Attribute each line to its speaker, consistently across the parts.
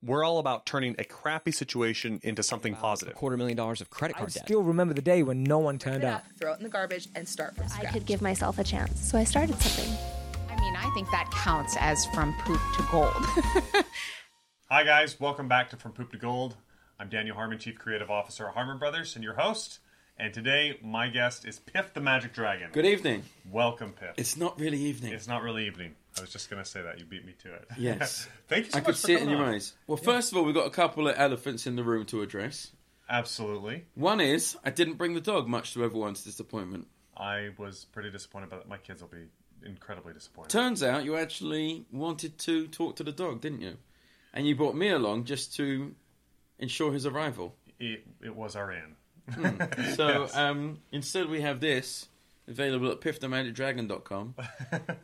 Speaker 1: We're all about turning a crappy situation into something positive.
Speaker 2: quarter million dollars of credit
Speaker 3: I
Speaker 2: card debt.
Speaker 3: still remember the day when no one turned
Speaker 4: it
Speaker 3: up.
Speaker 4: up, throw it in the garbage, and start from
Speaker 5: I
Speaker 4: scratch.
Speaker 5: could give myself a chance. So I started something.
Speaker 6: I mean, I think that counts as from poop to gold.
Speaker 1: Hi, guys. Welcome back to From Poop to Gold. I'm Daniel Harmon, Chief Creative Officer at Harmon Brothers, and your host. And today, my guest is Piff the Magic Dragon.
Speaker 7: Good evening.
Speaker 1: Welcome, Piff. It's,
Speaker 7: It's not really evening.
Speaker 1: not really evening. I was just going to say that. You beat me to it.
Speaker 7: Yes.
Speaker 1: Thank you so
Speaker 7: I
Speaker 1: much
Speaker 7: could
Speaker 1: for
Speaker 7: see it in
Speaker 1: coming
Speaker 7: your
Speaker 1: on.
Speaker 7: eyes. Well, first of all, we've got a couple of elephants in the room to address.
Speaker 1: Absolutely.
Speaker 7: One is I didn't bring the dog, much to everyone's disappointment.
Speaker 1: I was pretty disappointed about that. My kids will be incredibly disappointed.
Speaker 7: Turns out you actually wanted to talk to the dog, didn't you? And you brought me along just to ensure his arrival.
Speaker 1: it, E, it was our in.
Speaker 7: So um, instead, we have this available at piffthemagicdragon.com.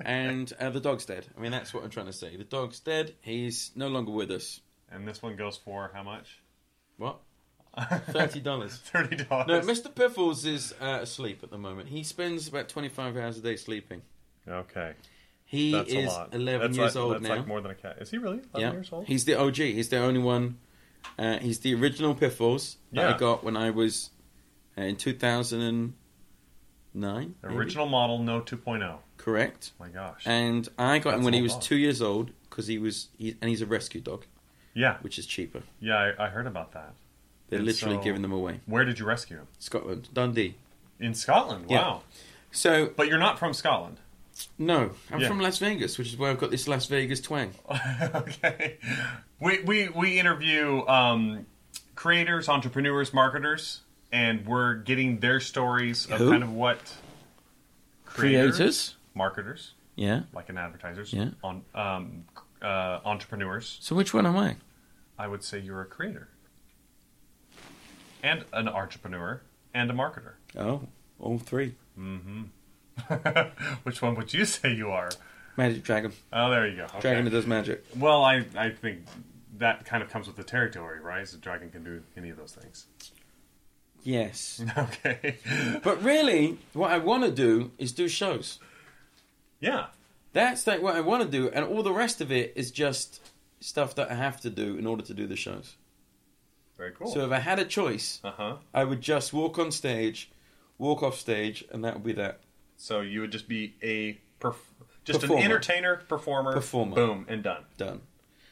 Speaker 7: and uh, the dog's dead. I mean, that's what I'm trying to say. The dog's dead. He's no longer with us.
Speaker 1: And this one goes for how much?
Speaker 7: What? $30.
Speaker 1: Thirty dollars.
Speaker 7: No, Mr. Piffles is uh, asleep at the moment. He spends about 25 hours a day sleeping.
Speaker 1: okay,
Speaker 7: He
Speaker 1: that's
Speaker 7: is
Speaker 1: a lot.
Speaker 7: 11
Speaker 1: That's
Speaker 7: years
Speaker 1: like,
Speaker 7: old
Speaker 1: that's
Speaker 7: now.
Speaker 1: like more than a cat. Is he really eleven
Speaker 7: yeah.
Speaker 1: years old?
Speaker 7: He's the OG. He's the only one. Uh, he's the original Piffles that
Speaker 1: Yeah.
Speaker 7: I got when I was uh, in 2009. maybe?
Speaker 1: Original model, no 2.0.
Speaker 7: Correct.
Speaker 1: My gosh.
Speaker 7: And I got him
Speaker 1: That's
Speaker 7: when
Speaker 1: a
Speaker 7: he was
Speaker 1: lot.
Speaker 7: two years old because he was, he, and he's a rescue dog,
Speaker 1: yeah,
Speaker 7: which is cheaper.
Speaker 1: yeah, I, I heard about that.
Speaker 7: They're
Speaker 1: And
Speaker 7: literally
Speaker 1: so-
Speaker 7: giving them away.
Speaker 1: Where did you rescue him?
Speaker 7: Scotland, Dundee.
Speaker 1: In Scotland.
Speaker 7: Yeah.
Speaker 1: Wow.
Speaker 7: So
Speaker 1: But you're not from Scotland.
Speaker 7: no, I'm
Speaker 1: Yeah.
Speaker 7: from Las Vegas, which is where I've got this Las Vegas twang.
Speaker 1: okay. We we we interview um, creators, entrepreneurs, marketers, and we're getting their stories of
Speaker 7: Who?
Speaker 1: kind of what
Speaker 7: Creators?
Speaker 1: marketers,
Speaker 7: Yeah.
Speaker 1: like an advertisers,
Speaker 7: Yeah.
Speaker 1: on um, uh, entrepreneurs.
Speaker 7: So which one am I?
Speaker 1: I would say you're a creator and an entrepreneur and a marketer.
Speaker 7: Oh, all three.
Speaker 1: Which one would you say you are?
Speaker 7: Magic dragon.
Speaker 1: Oh, there you go. Okay.
Speaker 7: Dragon that does magic.
Speaker 1: Well, I, I think that kind of comes with the territory, right? Is a dragon can do any of those things.
Speaker 7: Yes.
Speaker 1: Okay.
Speaker 7: but really, what I want to do is do shows.
Speaker 1: yeah.
Speaker 7: That's like what I want to do, and all the rest of it is just stuff that I have to do in order to do the shows.
Speaker 1: Very cool.
Speaker 7: So if I had a choice,
Speaker 1: uh huh.
Speaker 7: I would just walk on stage, walk off stage, and that would be that.
Speaker 1: So you would just be a perf- just
Speaker 7: Performer.
Speaker 1: an entertainer, performer,
Speaker 7: Performer.
Speaker 1: boom, and done.
Speaker 7: Done.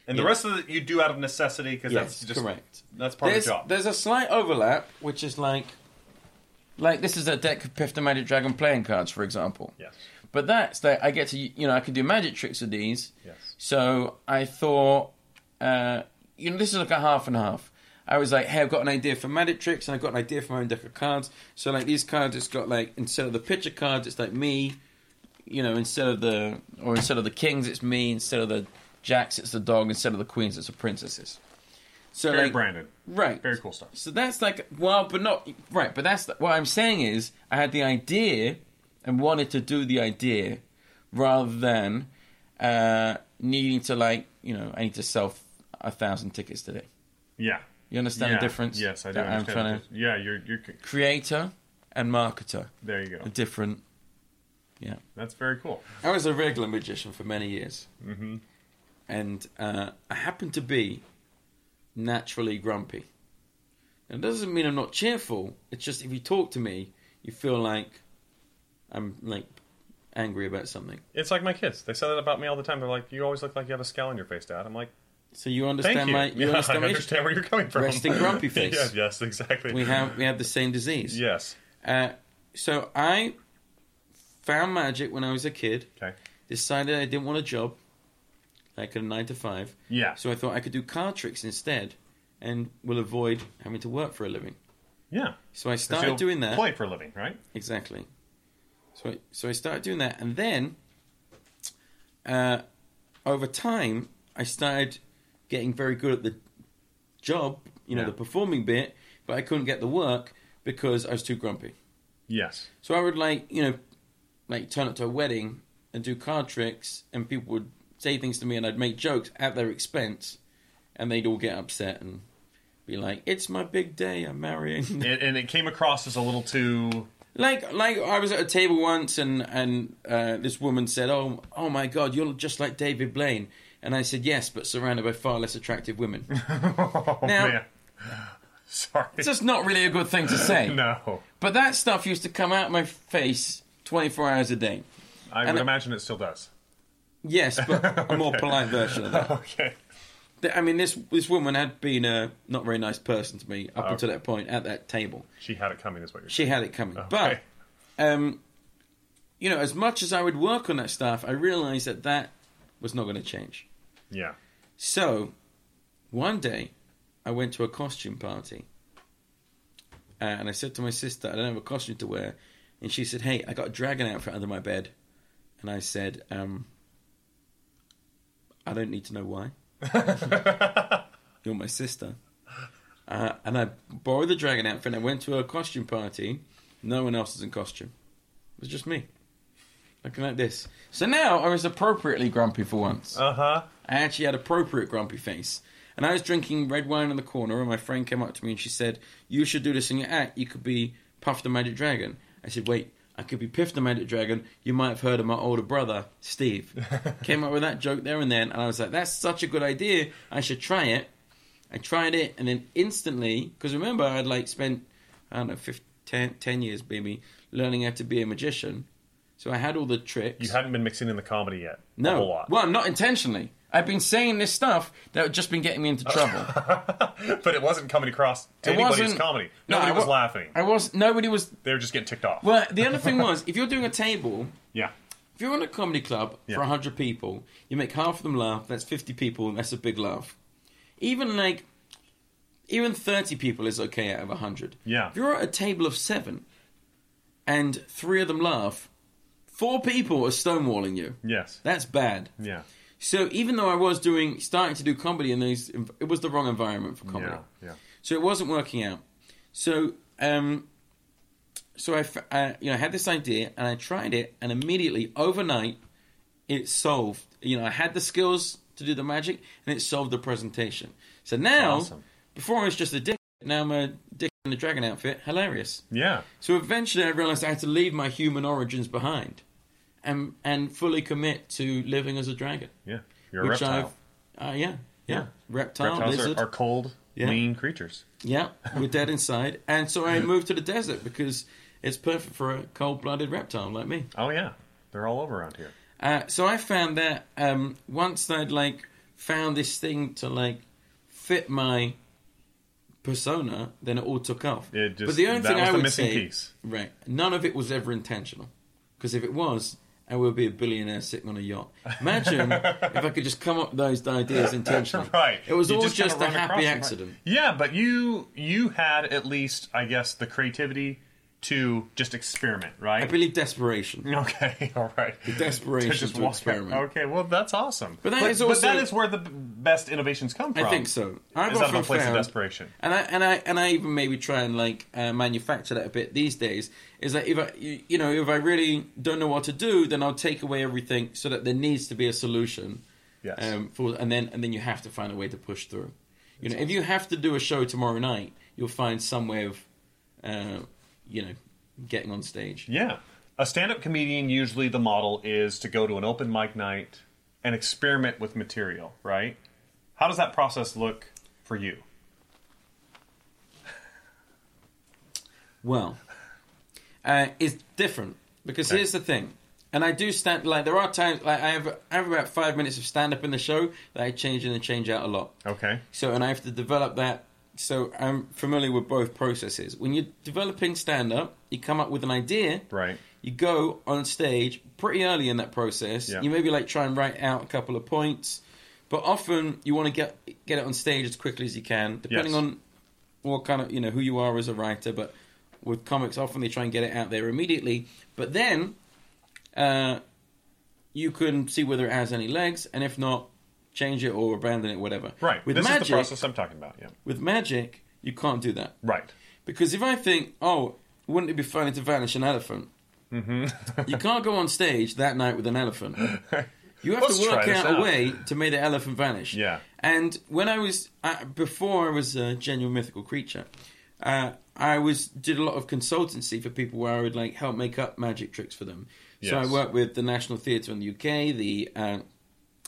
Speaker 1: And the
Speaker 7: Yeah.
Speaker 1: rest of it you do out of necessity because
Speaker 7: Yes,
Speaker 1: that's just
Speaker 7: correct.
Speaker 1: That's part
Speaker 7: there's,
Speaker 1: of the job.
Speaker 7: There's a slight overlap, which is like, like this is a deck of Piff the Magic Dragon playing cards, for example.
Speaker 1: Yes.
Speaker 7: But that's that I get to you know I can do magic tricks with these.
Speaker 1: Yes.
Speaker 7: So I thought, uh, you know, this is like a half and half. I was like, hey, I've got an idea for magic tricks, and I've got an idea for my own deck of cards. So like these cards, it's got like instead of the picture cards, it's like me. You know, instead of the or instead of the kings, it's me. Instead of the jacks, it's the dog. Instead of the queens, it's the princesses. So
Speaker 1: Very
Speaker 7: like,
Speaker 1: branded.
Speaker 7: Right.
Speaker 1: Very cool stuff.
Speaker 7: So that's like, well, but not, right, but that's, what I'm saying is, I had the idea and wanted to do the idea rather than uh, needing to, like, you know, I need to sell a thousand tickets today.
Speaker 1: Yeah.
Speaker 7: You understand
Speaker 1: Yeah.
Speaker 7: the difference?
Speaker 1: Yes, I do.
Speaker 7: That I'm
Speaker 1: understand
Speaker 7: trying
Speaker 1: the difference. Yeah, you're you're. c-
Speaker 7: to, creator and marketer,
Speaker 1: There you go.
Speaker 7: a different, yeah.
Speaker 1: That's very cool.
Speaker 7: I was a regular magician for many years. Mm-hmm. And uh, I happen to be naturally grumpy. Now, It doesn't mean I'm not cheerful. It's just if you talk to me, you feel like I'm like angry about something.
Speaker 1: It's like my kids. They say that about me all the time. They're like, "You always look like you have a scowl on your face, Dad." I'm like,
Speaker 7: So you understand
Speaker 1: "Thank you."
Speaker 7: my
Speaker 1: Yeah,
Speaker 7: you understand,
Speaker 1: I
Speaker 7: my issue?
Speaker 1: understand where you're coming from.
Speaker 7: Resting grumpy face.
Speaker 1: Yeah, yes, exactly.
Speaker 7: We have we have the same disease.
Speaker 1: yes.
Speaker 7: Uh, so I found magic when I was a kid.
Speaker 1: Okay.
Speaker 7: Decided I didn't want a job, like a nine to five.
Speaker 1: Yeah.
Speaker 7: So I thought I could do card tricks instead, and will avoid having to work for a living.
Speaker 1: yeah.
Speaker 7: So I
Speaker 1: 'Cause
Speaker 7: started
Speaker 1: you'll
Speaker 7: doing that.
Speaker 1: Play for a living, right?
Speaker 7: Exactly. So I, so I started doing that, and then uh, over time, I started getting very good at the job, you know,
Speaker 1: Yeah.
Speaker 7: the performing bit, but I couldn't get the work because I was too grumpy.
Speaker 1: Yes.
Speaker 7: So I would like, you know, like turn up to a wedding and do card tricks, and people would say things to me, and I'd make jokes at their expense, and they'd all get upset and be like, "It's my big day. I'm marrying."
Speaker 1: And, and it came across as a little too.
Speaker 7: Like, like I was at a table once, and and uh, this woman said, "Oh, oh my God, you're just like David Blaine." And I said, yes, but surrounded by far less attractive women.
Speaker 1: Oh,
Speaker 7: Now-
Speaker 1: man. Sorry.
Speaker 7: it's just not really a good thing to say.
Speaker 1: no.
Speaker 7: But that stuff used to come out my face 24 hours a day.
Speaker 1: I
Speaker 7: And
Speaker 1: would
Speaker 7: I-
Speaker 1: imagine it still does.
Speaker 7: Yes, but a more polite version of that.
Speaker 1: Okay.
Speaker 7: Th- I mean, this this woman had been a not very nice person to me up until that point at that table.
Speaker 1: She had it coming, is what you're saying.
Speaker 7: She had it coming,
Speaker 1: Okay.
Speaker 7: but um, you know, as much as I would work on that stuff, I realised that that was not going to change.
Speaker 1: Yeah.
Speaker 7: So, one day, I went to a costume party, uh, and I said to my sister, "I don't have a costume to wear," and she said, "Hey, I got a dragon outfit under my bed," and I said, um, "I don't need to know why. You're my sister." Uh, and I borrowed the dragon outfit. and I went to a costume party. No one else was in costume. It was just me, looking like this. So now I was appropriately grumpy for once.
Speaker 1: Uh huh.
Speaker 7: I actually had appropriate grumpy face. And I was drinking red wine in the corner, and my friend came up to me and she said, You should do this in your act. You could be Puff the Magic Dragon. I said, Wait, I could be Piff the Magic Dragon. You might have heard of my older brother, Steve. came up with that joke there and then, and I was like, That's such a good idea. I should try it. I tried it, and then instantly, because remember, I'd like spent, I don't know, 15, 10, 10 years maybe, learning how to be a magician. So I had all the tricks.
Speaker 1: You hadn't been mixing in the comedy yet. A
Speaker 7: No.
Speaker 1: whole lot.
Speaker 7: Well, not intentionally. I've been saying this stuff that had just been getting me into trouble.
Speaker 1: but it wasn't coming across to
Speaker 7: it
Speaker 1: anybody
Speaker 7: wasn't
Speaker 1: as comedy.
Speaker 7: No,
Speaker 1: Nobody
Speaker 7: I
Speaker 1: was
Speaker 7: wa-
Speaker 1: laughing.
Speaker 7: I was. Nobody was.
Speaker 1: They were just getting ticked off.
Speaker 7: Well, the other thing was, if you're doing a table,
Speaker 1: yeah.
Speaker 7: if you're on a comedy club
Speaker 1: Yeah.
Speaker 7: for hundred people, you make half of them laugh. That's fifty people, and that's a big laugh. Even like, even thirty people is okay out of hundred.
Speaker 1: Yeah.
Speaker 7: If you're at a table of seven, and three of them laugh, four people are stonewalling you.
Speaker 1: Yes.
Speaker 7: That's bad.
Speaker 1: yeah.
Speaker 7: So even though I was doing starting to do comedy in these, it was the wrong environment for comedy.
Speaker 1: Yeah. Yeah.
Speaker 7: So it wasn't working out. So um, so I, f- I- you know I had this idea and I tried it and immediately overnight it solved. You know I had the skills to do the magic and it solved the presentation. So now
Speaker 1: Awesome.
Speaker 7: before I was just a dick, now I'm a dick in a dragon outfit. Hilarious.
Speaker 1: Yeah.
Speaker 7: So eventually, I realized I had to leave my human origins behind, and and fully commit to living as a dragon.
Speaker 1: Yeah. You're a reptile.
Speaker 7: I've, uh, yeah, yeah,
Speaker 1: Yeah.
Speaker 7: reptile,
Speaker 1: Reptiles
Speaker 7: lizard.
Speaker 1: are, are cold,
Speaker 7: Yeah.
Speaker 1: lean creatures.
Speaker 7: Yeah, we're dead inside, and so I moved to the desert because it's perfect for a cold-blooded reptile like me.
Speaker 1: Oh yeah. They're all over around here.
Speaker 7: Uh, so I found that um, once I'd like found this thing to like fit my persona, then it all took off.
Speaker 1: It just-
Speaker 7: but the only
Speaker 1: that
Speaker 7: thing
Speaker 1: was
Speaker 7: I
Speaker 1: the
Speaker 7: would
Speaker 1: missing
Speaker 7: say,
Speaker 1: piece.
Speaker 7: right? None of it was ever intentional, because if it was, I would be a billionaire sitting on a yacht. Imagine if I could just come up with those ideas intentionally.
Speaker 1: Right.
Speaker 7: It was
Speaker 1: You
Speaker 7: all
Speaker 1: just
Speaker 7: just,
Speaker 1: gotta
Speaker 7: a
Speaker 1: run across
Speaker 7: happy
Speaker 1: them, right?
Speaker 7: accident.
Speaker 1: Yeah, but you you had at least, I guess, the creativity to just experiment, right?
Speaker 7: I believe desperation.
Speaker 1: Okay, all right.
Speaker 7: desperation to
Speaker 1: walk-
Speaker 7: experiment.
Speaker 1: Okay, well that's awesome.
Speaker 7: But that is also-
Speaker 1: that is where the b- best innovations come from.
Speaker 7: I think so. I've
Speaker 1: Is out of a
Speaker 7: often
Speaker 1: place of
Speaker 7: found-
Speaker 1: desperation.
Speaker 7: and I and I and I even maybe try and like uh, manufacture that a bit these days. Is that if I you you know if I really don't know what to do, then I'll take away everything so that there needs to be a solution.
Speaker 1: Yes.
Speaker 7: Um, for and then and then you have to find a way to push through. You know, if you have to do a show tomorrow night, you'll find some way of, uh, you know, getting on stage.
Speaker 1: Yeah. A stand up comedian, usually the model is to go to an open mic night and experiment with material, right? How does that process look for you?
Speaker 7: Well, uh, it's different because
Speaker 1: Okay.
Speaker 7: here's the thing, and I do stand like there are times like I have I have about five minutes of stand up in the show that I change in and change out a lot.
Speaker 1: Okay.
Speaker 7: So and I have to develop that. So I'm familiar with both processes. When you're developing stand up, you come up with an idea.
Speaker 1: Right.
Speaker 7: You go on stage pretty early in that process.
Speaker 1: Yeah.
Speaker 7: You maybe like try and write out a couple of points, but often you want to get get it on stage as quickly as you can, depending
Speaker 1: Yes.
Speaker 7: on what kind of you know who you are as a writer. But with comics, often they try and get it out there immediately. But then uh, you can see whether it has any legs, and if not, change it or abandon it, whatever.
Speaker 1: Right.
Speaker 7: With
Speaker 1: this
Speaker 7: magic,
Speaker 1: is the process I'm talking about. Yeah.
Speaker 7: with magic, you can't do that.
Speaker 1: Right.
Speaker 7: Because if I think, oh, wouldn't it be funny to vanish an elephant? Mm-hmm. you can't go on stage that night with an elephant. You have
Speaker 1: Let's
Speaker 7: to work
Speaker 1: try this
Speaker 7: out,
Speaker 1: out.
Speaker 7: a way to make the elephant vanish.
Speaker 1: Yeah.
Speaker 7: And when I was I, before I was a genuine mythical creature, uh, I was did a lot of consultancy for people where I would like help make up magic tricks for them. So I
Speaker 1: Yes.
Speaker 7: worked with the National Theatre in the UK, the uh,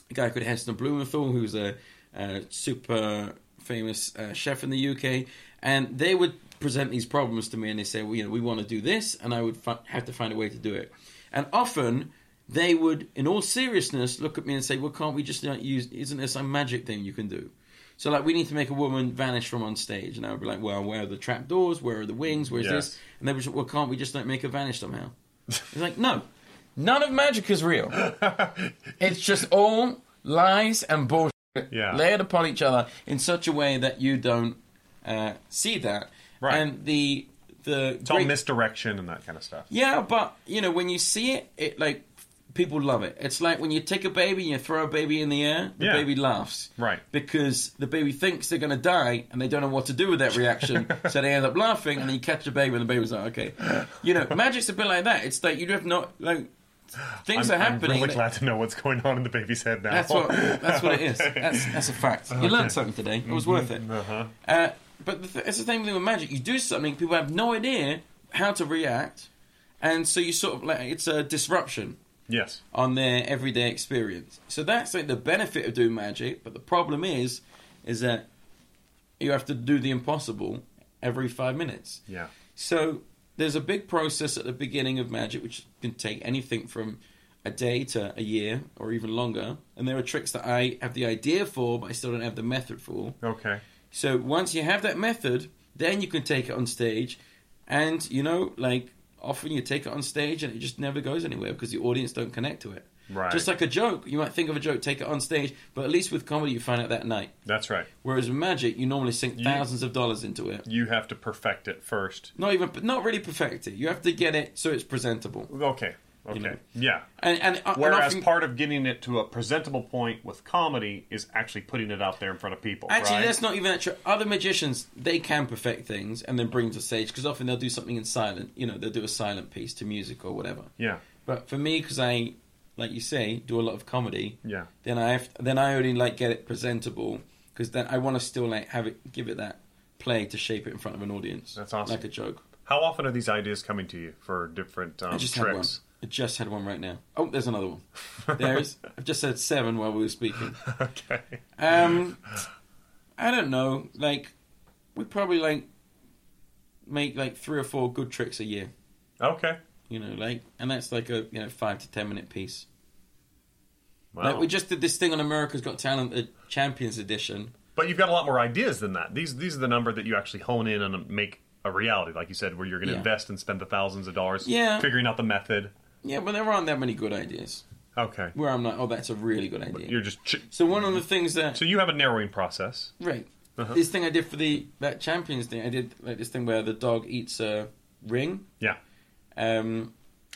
Speaker 7: a guy called Heston Blumenthal, who's a, uh super famous uh, chef in the UK, and they would present these problems to me, and they say, "Well, you know, we want to do this," and I would fi- have to find a way to do it. And often they would, in all seriousness, look at me and say, "Well, can't we just like, use? Isn't there some magic thing you can do?" So like, we need to make a woman vanish from on stage, and I would be like, "Well, where are the trap doors? Where are the wings? Where's
Speaker 1: Yes.
Speaker 7: this?" And they would, just, "Well, can't we just like make her vanish somehow?" It's like, no, none of magic is real. it's just all lies and bullshit
Speaker 1: Yeah.
Speaker 7: layered upon each other in such a way that you don't uh, see that.
Speaker 1: Right.
Speaker 7: And the the
Speaker 1: It's all misdirection and that kind of stuff.
Speaker 7: yeah, but you know when you see it, it like people love it. It's like when you take a baby and you throw a baby in the air, the
Speaker 1: Yeah.
Speaker 7: baby laughs,
Speaker 1: Right.
Speaker 7: Because the baby thinks they're going to die and they don't know what to do with that reaction, so they end up laughing. And then you catch the baby, and the baby's like, okay, you know, magic's a bit like that. It's like you have not like things
Speaker 1: I'm,
Speaker 7: are
Speaker 1: I'm
Speaker 7: happening.
Speaker 1: really glad to know what's going on in the baby's head now.
Speaker 7: That's what that's what it is. That's, that's a fact. You learned something today. It was worth it.
Speaker 1: uh-huh.
Speaker 7: Uh, but the th- it's the same thing with magic. You do something, people have no idea how to react, and so you sort of like it's a disruption
Speaker 1: Yes.
Speaker 7: on their everyday experience. So that's like the benefit of doing magic. But the problem is, is that you have to do the impossible every five minutes.
Speaker 1: Yeah.
Speaker 7: So there's a big process at the beginning of magic, which can take anything from a day to a year or even longer. And there are tricks that I have the idea for, but I still don't have the method for.
Speaker 1: Okay.
Speaker 7: So once you have that method, then you can take it on stage. And, you know, like often you take it on stage and it just never goes anywhere because the audience don't connect to it.
Speaker 1: Right.
Speaker 7: Just like a joke, you might think of a joke, take it on stage, but at least with comedy you find out that night.
Speaker 1: That's right.
Speaker 7: Whereas with magic, you normally sink
Speaker 1: You-
Speaker 7: thousands of dollars into it.
Speaker 1: You have to perfect it first.
Speaker 7: Not even, not really perfect it. You have to get it so it's presentable.
Speaker 1: Okay. Okay.
Speaker 7: know.
Speaker 1: Yeah.
Speaker 7: And, and, and
Speaker 1: Whereas
Speaker 7: often-
Speaker 1: part of getting it to a presentable point with comedy is actually putting it out there in front of people.
Speaker 7: Actually,
Speaker 1: right?
Speaker 7: that's not even that true. Other magicians, they can perfect things and then bring them to stage because often they'll do something in silent. You know, they'll do a silent piece to music or whatever.
Speaker 1: Yeah.
Speaker 7: But for me, because I, like you say, do a lot of comedy.
Speaker 1: Yeah.
Speaker 7: Then I have, then I only like get it presentable because then I want to still like have it, give it that play to shape it in front of an audience.
Speaker 1: That's awesome.
Speaker 7: Like a joke.
Speaker 1: How often are these ideas coming to you for different um,
Speaker 7: I just had one.
Speaker 1: tricks?
Speaker 7: I just had one right now. Oh, there's another one. There is. I've just had seven while we were speaking.
Speaker 1: okay.
Speaker 7: Um, I don't know. Like, we probably like make like three or four good tricks a year.
Speaker 1: Okay.
Speaker 7: You know, like, and that's like a you know five to ten minute piece.
Speaker 1: Wow.
Speaker 7: Like, we just did this thing on America's Got Talent, the Champions Edition.
Speaker 1: But you've got a lot more ideas than that. These these are the number that you actually hone in and make a reality, like you said, where you're going to
Speaker 7: Yeah.
Speaker 1: invest and spend the thousands of dollars
Speaker 7: Yeah.
Speaker 1: figuring out the method.
Speaker 7: Yeah, but there aren't that many good ideas.
Speaker 1: Okay.
Speaker 7: Where I'm like, oh, that's a really good idea.
Speaker 1: You're just ch-
Speaker 7: So one of the things that
Speaker 1: so you have a narrowing process.
Speaker 7: Right. This thing I did for the that champions thing, I did like this thing where the dog eats a ring,
Speaker 1: Yeah.
Speaker 7: um,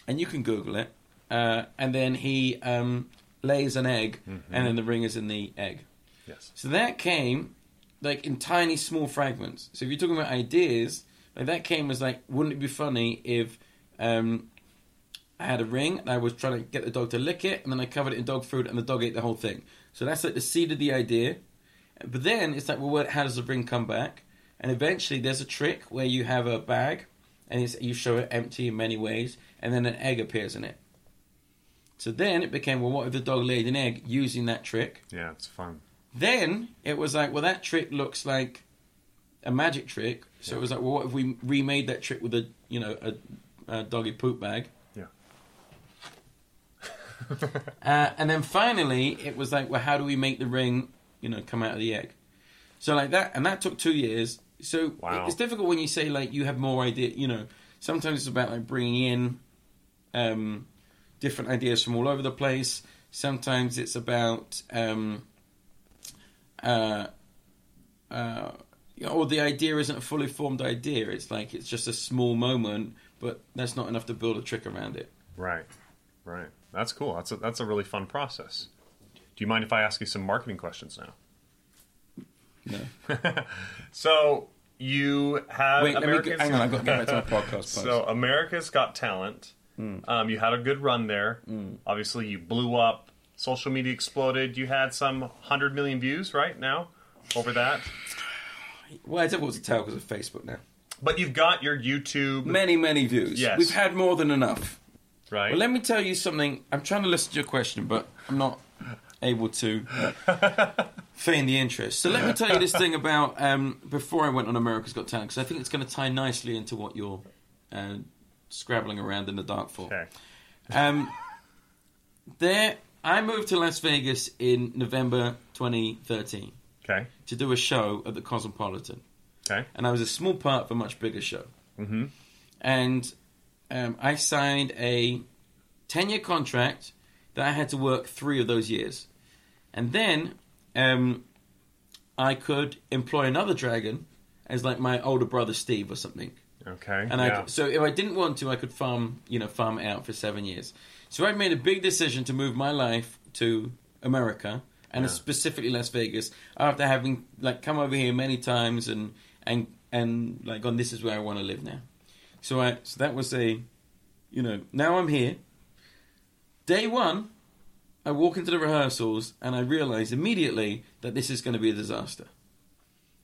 Speaker 7: and you can Google it. Uh, and then he um, lays an egg, and then the ring is in the egg.
Speaker 1: Yes.
Speaker 7: So that came like in tiny, small fragments. So if you're talking about ideas, like that came was like, wouldn't it be funny if um, I had a ring and I was trying to get the dog to lick it, and then I covered it in dog food, and the dog ate the whole thing. So that's like the seed of the idea. But then it's like, well, what, how does the ring come back? And eventually, there's a trick where you have a bag, and it's, you show it empty in many ways, and then an egg appears in it. So then it became, well, what if the dog laid an egg using that trick?
Speaker 1: Yeah, it's fun.
Speaker 7: Then it was like, well, that trick looks like a magic trick. So it was like, well, what if we remade that trick with a, you know, a, a doggy poop bag?
Speaker 1: Yeah.
Speaker 7: Uh, and then finally, it was like, well, how do we make the ring, you know, come out of the egg? So like that, and that took two years. So it-
Speaker 1: Wow.
Speaker 7: it's difficult when you say like you have more idea. You know, sometimes it's about like bringing in um, different ideas from all over the place. Sometimes it's about um, uh, uh, you know, or the idea isn't a fully formed idea. It's like it's just a small moment, but that's not enough to build a trick around it.
Speaker 1: Right. Right. That's cool. That's a, that's a really fun process. Do you mind if I ask you some marketing questions now?
Speaker 7: No.
Speaker 1: So you have
Speaker 7: Wait, let me go,
Speaker 1: America's-
Speaker 7: hang on. I've got to get back to my podcast. Part.
Speaker 1: So America's Got Talent.
Speaker 7: Hmm.
Speaker 1: Um, you had a good run there. Obviously, you blew up. Social media exploded. You had some hundred million views right now over that.
Speaker 7: Well, it's difficult to tell because of Facebook now.
Speaker 1: But you've got your YouTube,
Speaker 7: Many, many views.
Speaker 1: Yes.
Speaker 7: We've had more than enough.
Speaker 1: right?
Speaker 7: But let me tell you something. I'm trying to listen to your question, but I'm not. able to uh, feign the interest. So let me tell you this thing about um, before I went on America's Got Talent, because I think it's going to tie nicely into what you're uh, scrabbling around in the dark for.
Speaker 1: Okay.
Speaker 7: Um, there, I moved to Las Vegas in November 2013
Speaker 1: Okay.
Speaker 7: to do a show at the Cosmopolitan,
Speaker 1: Okay.
Speaker 7: and I was a small part of a much bigger show.
Speaker 1: Mhm.
Speaker 7: And um, I signed a 10 year contract that I had to work three of those years. And then um, I could employ another dragon as like my older brother Steve or something.
Speaker 1: Okay.
Speaker 7: And
Speaker 1: yeah.
Speaker 7: I so if I didn't want to, I could farm you know farm it out for seven years. So I made a big decision to move my life to America and specifically Las Vegas after having like come over here many times and and and like gone this is where I want to live now. So I so that was a you know now I'm here. Day one, I walk into the rehearsals and I realize immediately that this is going to be a disaster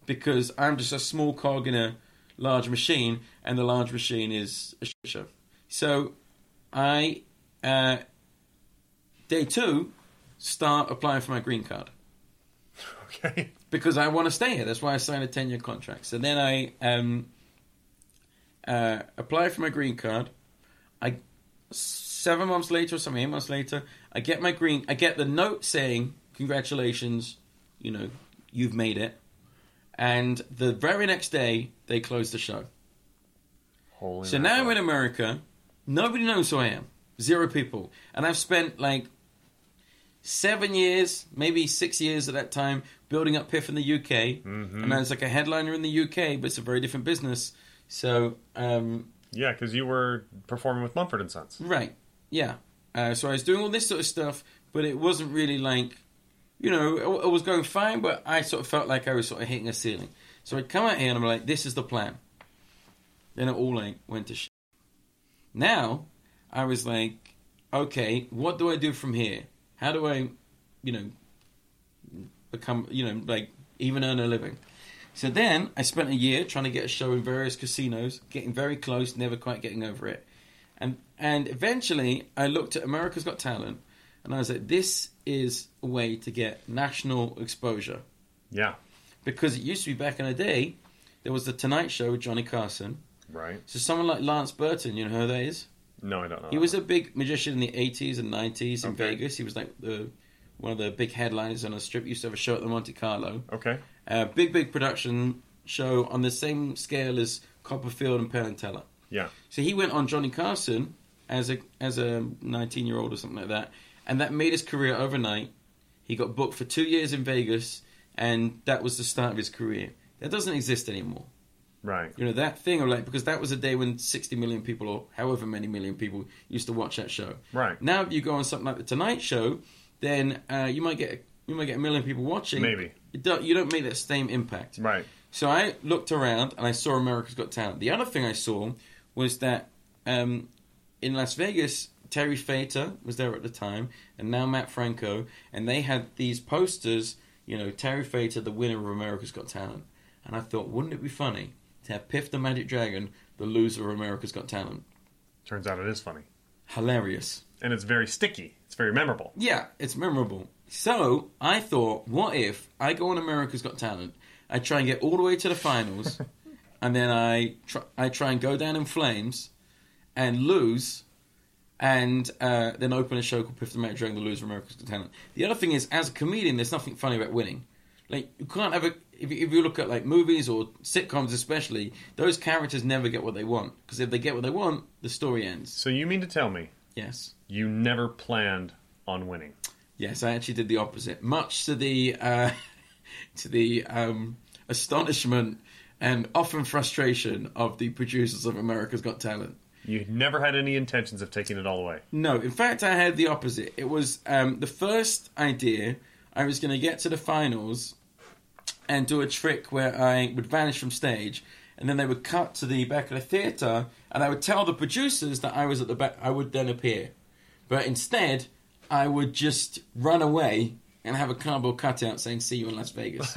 Speaker 7: because I'm just a small cog in a large machine, and the large machine is a shit show. So I, uh, day two, start applying for my green card
Speaker 1: okay.
Speaker 7: because I want to stay here. That's why I signed a 10 year contract. So then I um, uh, apply for my green card. I seven months later or something, eight months later, I get my green. I get the note saying congratulations, you know, you've made it. And the very next day, they close the show.
Speaker 1: Holy
Speaker 7: So now I'm in America. Nobody knows who I am. Zero people. And I've spent like seven years, maybe six years at that time, building up Piff in the UK. And I was like a headliner in the UK, but it's a very different business. So, um,
Speaker 1: Yeah, because you were performing with Mumford and Sons.
Speaker 7: right. Yeah. Uh, so I was doing all this sort of stuff, but it wasn't really like, you know, it, it was going fine, but I sort of felt like I was sort of hitting a ceiling. So I'd come out here and I'm like, this is the plan. Then it all like went to shit. Now I was like, okay, what do I do from here? How do I, you know, become, you know, like even earn a living? So then I spent a year trying to get a show in various casinos, getting very close, never quite getting over it. And and eventually I looked at America's Got Talent and I was like, this is a way to get national exposure
Speaker 1: Yeah.
Speaker 7: because it used to be back in the day, there was the Tonight Show with Johnny Carson.
Speaker 1: Right.
Speaker 7: So someone like Lance Burton, you know who that is?
Speaker 1: No, I don't know.
Speaker 7: He was a big magician in the eighties and nineties in
Speaker 1: Okay.
Speaker 7: Vegas. He was like the one of the big headliners on a strip. Used to have a show at the Monte Carlo.
Speaker 1: Okay.
Speaker 7: Uh, big, big production show on the same scale as Copperfield and Penn and Teller.
Speaker 1: Yeah.
Speaker 7: So he went on Johnny Carson as a as a nineteen year old or something like that, and that made his career overnight. He got booked for two years in Vegas, and that was the start of his career. That doesn't exist anymore.
Speaker 1: Right.
Speaker 7: You know that thing of like because that was a day when sixty million people or however many million people used to watch that show.
Speaker 1: Right.
Speaker 7: now, if you go on something like the Tonight Show, then uh, you might get you might get a million people watching.
Speaker 1: Maybe.
Speaker 7: It don't, you don't make that same impact.
Speaker 1: Right.
Speaker 7: So I looked around and I saw America's Got Talent. The other thing I saw was that um, in Las Vegas, Terry Fater was there at the time, and now Matt Franco, and they had these posters, you know, Terry Fater, the winner of America's Got Talent. And I thought, wouldn't it be funny to have Piff the Magic Dragon, the loser of America's Got Talent?
Speaker 1: Turns out it is funny.
Speaker 7: Hilarious.
Speaker 1: And it's very sticky. It's very memorable.
Speaker 7: Yeah, it's memorable. So I thought, what if I go on America's Got Talent? I try and get all the way to the finals, and then I try, I try and go down in flames, and lose, and uh, then open a show called Piff the Magic Dragon, the loser of America's Got Talent. The other thing is, as a comedian, there's nothing funny about winning. Like you can't ever if you, if you look at like movies or sitcoms especially, those characters never get what they want because if they get what they want, the story ends.
Speaker 1: So you mean to tell me
Speaker 7: Yes.
Speaker 1: you never planned on winning?
Speaker 7: Yes, I actually did the opposite, much to the uh, to the um, astonishment and often frustration of the producers of America's Got Talent.
Speaker 1: You never had any intentions of taking it all away.
Speaker 7: No, in fact, I had the opposite. It was um, the first idea. I was going to get to the finals and do a trick where I would vanish from stage, and then they would cut to the back of the theater, and I would tell the producers that I was at the back. I would then appear, but instead, I would just run away and have a cardboard cutout saying "See you in Las Vegas."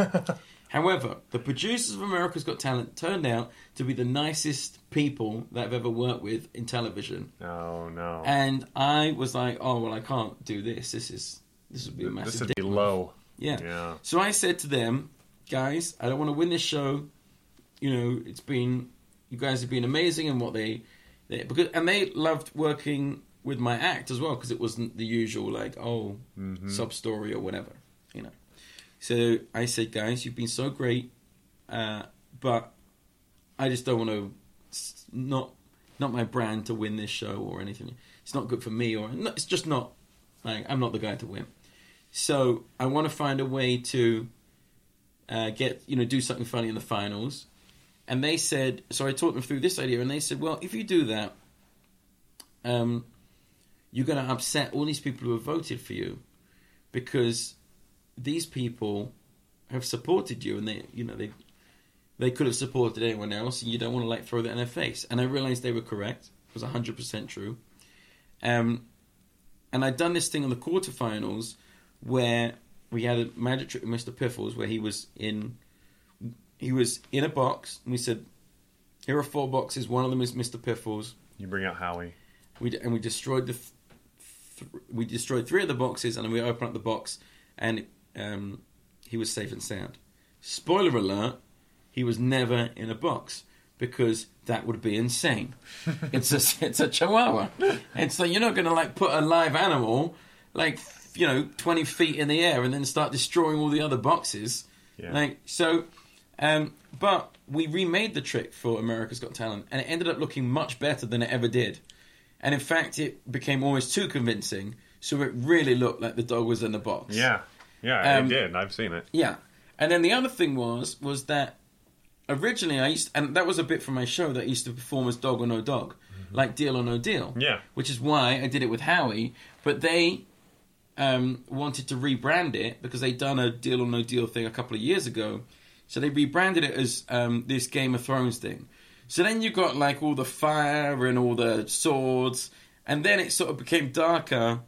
Speaker 7: However, the producers of America's Got Talent turned out to be the nicest people that I've ever worked with in television.
Speaker 1: Oh no.
Speaker 7: And I was like, oh, well, I can't do this. This is This would be a massive
Speaker 1: This would
Speaker 7: dick
Speaker 1: be low.
Speaker 7: yeah.
Speaker 1: Yeah.
Speaker 7: So I said to them, guys, I don't want to win this show. You know, it's been you guys have been amazing and what they, they because and they loved working with my act as well because it wasn't the usual like oh sub story or whatever. You know. So I said, guys, you've been so great, uh, but I just don't want to s- not not my brand to win this show or anything. It's not good for me or no, it's just not like I'm not the guy to win. So I want to find a way to uh, get you know do something funny in the finals, and they said. So I talked them through this idea, and they said, "Well, if you do that, um, you're going to upset all these people who have voted for you, because these people have supported you, and they you know they they could have supported anyone else, and you don't want to like throw that in their face." And I realized they were correct. It was hundred percent true. Um, and I'd done this thing on the quarterfinals where we had a magic trick with Mr. Piffles where he was in he was in a box and we said, Here are four boxes, one of them is Mr. Piffles.
Speaker 1: You bring out Howie.
Speaker 7: We d- and we destroyed the th- th- we destroyed three of the boxes and then we opened up the box and um, he was safe and sound. Spoiler alert: he was never in a box because that would be insane. it's a it's a chihuahua, and so you're not going to like put a live animal like you know twenty feet in the air and then start destroying all the other boxes.
Speaker 1: Yeah.
Speaker 7: Like so. Um, but we remade the trick for America's Got Talent, and it ended up looking much better than it ever did. And in fact, it became almost too convincing, so it really looked like the dog was in the box.
Speaker 1: Yeah. Yeah,
Speaker 7: Um,
Speaker 1: I did. I've seen it.
Speaker 7: Yeah. And then the other thing was was that originally I used and that was a bit from my show that I used to perform as dog or no dog, like deal or no deal.
Speaker 1: Mm-hmm. Yeah.
Speaker 7: Which is why I did it with Howie, but they um, wanted to rebrand it because they'd done a deal or no deal thing a couple of years ago. So they rebranded it as um, this Game of Thrones thing. So then you got like all the fire and all the swords, and then it sort of became darker,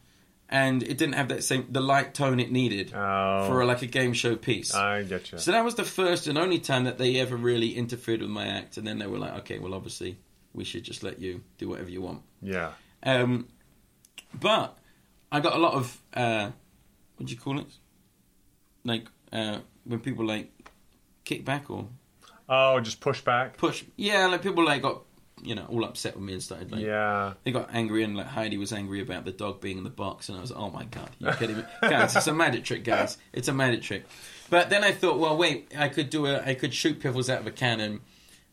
Speaker 7: and it didn't have that same the light tone it needed
Speaker 1: Oh.
Speaker 7: for like a game show piece.
Speaker 1: I get you.
Speaker 7: So that was the first and only time that they ever really interfered with my act, and then they were like, "Okay, well, obviously, we should just let you do whatever you want."
Speaker 1: yeah.
Speaker 7: Um, but I got a lot of uh, what do you call it? Like uh, when people like kick back or
Speaker 1: Oh, just push back.
Speaker 7: push. Yeah, like people like got you know all upset with me and started like
Speaker 1: Yeah.
Speaker 7: they got angry and like Heidi was angry about the dog being in the box, and I was like, "Oh my god, you kidding me, guys? It's a magic trick, guys. It's a magic trick." But then I thought, well, wait, I could do a, I could shoot piffles out of a cannon,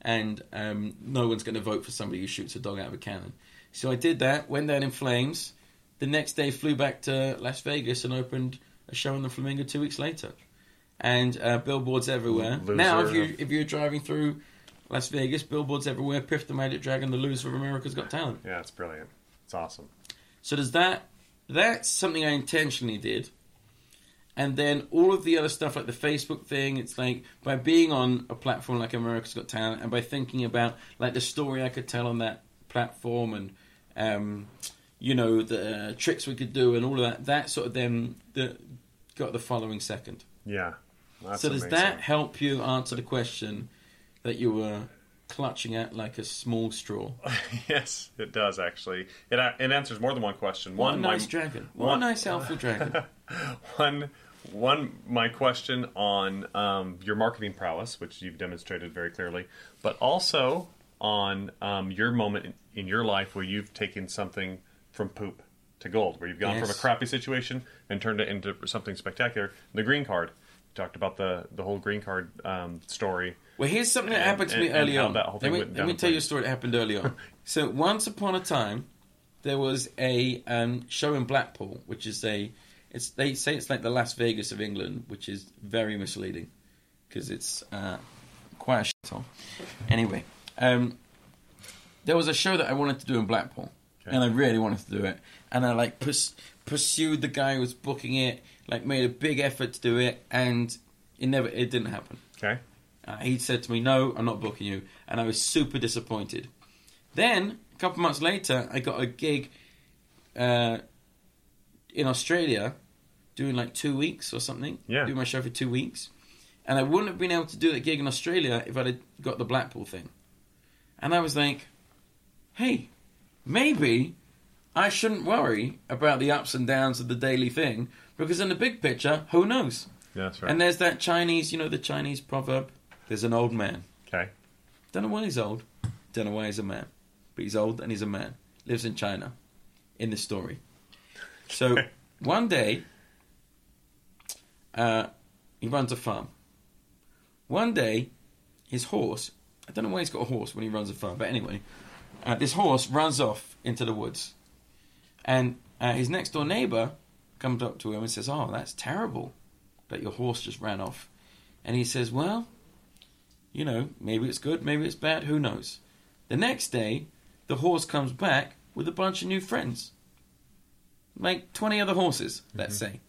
Speaker 7: and um, no one's going to vote for somebody who shoots a dog out of a cannon. So I did that, went down in flames. The next day, flew back to Las Vegas and opened a show in the Flamingo two weeks later, and uh, billboards everywhere. Now, if
Speaker 1: Loser.
Speaker 7: you if you're driving through Las Vegas, billboards everywhere. Piff the Magic Dragon, the loser of America's Got Talent.
Speaker 1: Yeah, it's brilliant. It's awesome.
Speaker 7: So does that? That's something I intentionally did, and then all of the other stuff like the Facebook thing. It's like by being on a platform like America's Got Talent, and by thinking about like the story I could tell on that platform, and um, you know the uh, tricks we could do, and all of that. That sort of then the, got the following second.
Speaker 1: Yeah. That's
Speaker 7: so does
Speaker 1: amazing.
Speaker 7: that help you answer the question that you were clutching at like a small straw?
Speaker 1: Yes, it does actually. It uh, it answers more than one question.
Speaker 7: One,
Speaker 1: my-
Speaker 7: nice dragon. One, nice alpha dragon.
Speaker 1: one one my question on um, your marketing prowess, which you've demonstrated very clearly, but also on um, your moment in, in your life where you've taken something from poop to gold, where you've gone from a
Speaker 7: Yes.
Speaker 1: crappy situation and turned it into something spectacular. The green card. You talked about the the whole green card um, story.
Speaker 7: Well, here's something that
Speaker 1: And-
Speaker 7: happened to
Speaker 1: and-
Speaker 7: me
Speaker 1: and
Speaker 7: early
Speaker 1: how
Speaker 7: on.
Speaker 1: that whole
Speaker 7: let
Speaker 1: thing
Speaker 7: me,
Speaker 1: went
Speaker 7: let
Speaker 1: down
Speaker 7: me
Speaker 1: in
Speaker 7: tell you a
Speaker 1: flames.
Speaker 7: story that happened early on. so once upon a time, there was a um, show in Blackpool, which is a, it's they say it's like the Las Vegas of England, which is very misleading because it's uh, quite a shithole. Anyway, um, there was a show that I wanted to do in Blackpool, and I really wanted to do it. And I like pus- pursued the guy who was booking it, like made a big effort to do it, and it never, it didn't happen.
Speaker 1: Okay.
Speaker 7: Uh, he said to me, "No, I'm not booking you," and I was super disappointed. Then a couple months later, I got a gig uh, in Australia, doing like two weeks or something.
Speaker 1: Yeah.
Speaker 7: doing my show for two weeks, and I wouldn't have been able to do that gig in Australia if I'd have got the Blackpool thing. And I was like, "Hey, maybe I shouldn't worry about the ups and downs of the daily thing Because in the big picture, who knows?
Speaker 1: Yeah, that's right.
Speaker 7: And there's that Chinese, you know, the Chinese proverb. There's an old man.
Speaker 1: okay.
Speaker 7: Don't know why he's old. Don't know why he's a man. But he's old and he's a man. Lives in China. In this story. So one day, uh, he runs a farm. One day, his horse, I don't know why he's got a horse when he runs a farm, but anyway, uh, this horse runs off into the woods. And uh, his next door neighbor comes up to him and says, Oh, that's terrible that your horse just ran off. And he says, Well, you know, maybe it's good, maybe it's bad, who knows. The next day, the horse comes back with a bunch of new friends. Like 20 other horses, let's
Speaker 1: Mm-hmm.
Speaker 7: say.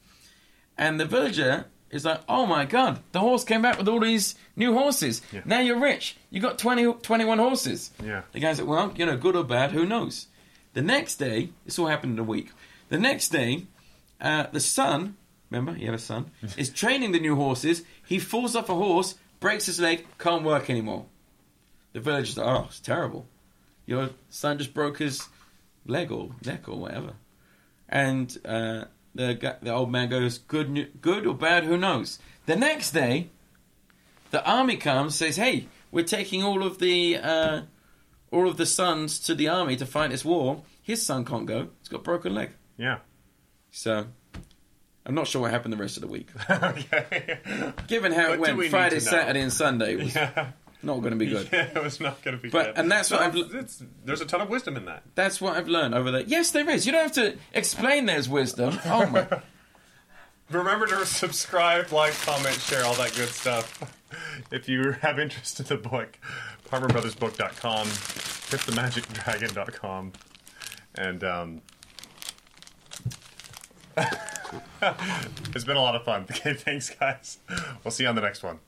Speaker 7: And the villager is like, oh my god, the horse came back with all these new horses.
Speaker 1: Yeah.
Speaker 7: Now you're rich. You got 20, 21 horses.
Speaker 1: Yeah.
Speaker 7: The guy's like, well, you know, good or bad, who knows? The next day, this all happened in a week. The next day, uh, the son, remember, he had a son, is training the new horses. He falls off a horse, breaks his leg, can't work anymore. The villager's like, oh, it's terrible. Your son just broke his leg or neck or whatever. And uh, the gu- the old man goes, good, nu- good or bad, who knows? The next day, the army comes, says, hey, we're taking all of the uh, all of the sons to the army to fight this war. His son can't go; he's got a broken leg.
Speaker 1: Yeah.
Speaker 7: So, I'm not sure what happened the rest of the week.
Speaker 1: okay.
Speaker 7: Given how
Speaker 1: What do
Speaker 7: it went,
Speaker 1: we need
Speaker 7: Friday,
Speaker 1: to know?
Speaker 7: Saturday, and Sunday was
Speaker 1: Yeah.
Speaker 7: not going to be good.
Speaker 1: Yeah, it was not going to be
Speaker 7: But-
Speaker 1: good.
Speaker 7: and that's what
Speaker 1: No,
Speaker 7: I've l-
Speaker 1: it's, there's a ton of wisdom in that.
Speaker 7: That's what I've learned over there. Yes, there is. You don't have to explain there's wisdom. Oh my!
Speaker 1: Remember to subscribe, like, comment, share, all that good stuff. If you have interest in the book, harperbrothersbook.com, tipthemagicdragon.com, and um, it's been a lot of fun. Okay, thanks, guys. We'll see you on the next one.